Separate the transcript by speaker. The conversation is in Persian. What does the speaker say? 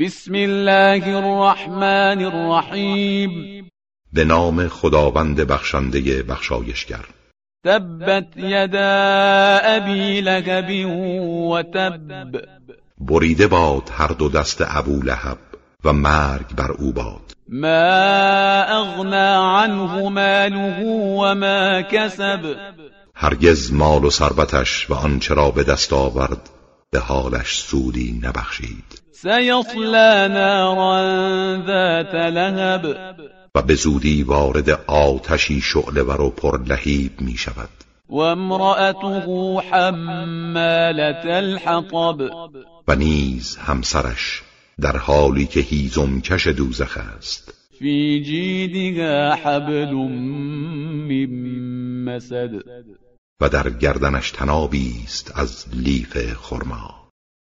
Speaker 1: بسم الله الرحمن الرحیم
Speaker 2: به نام خداوند بخشنده بخشایشگر
Speaker 1: تبت یدا ابی لهب و تب
Speaker 2: بریده باد هر دو دست ابو لهب و مرگ بر او باد
Speaker 1: ما اغنا عنه ماله و ما کسب
Speaker 2: هرگز مال و ثروتش و آنچه را به دست آورد به حالش سودی نبخشید
Speaker 1: سیصلا نارا ذات لهب
Speaker 2: و به زودی وارد آتشی شعله ور و پرلهیب می شود
Speaker 1: و امرأته حمالت الحطب
Speaker 2: و نیز همسرش در حالی که هیزم کش دوزخ است
Speaker 1: فی جیدها حبل من مسد
Speaker 2: و در گردنش تنابی است از لیف خرما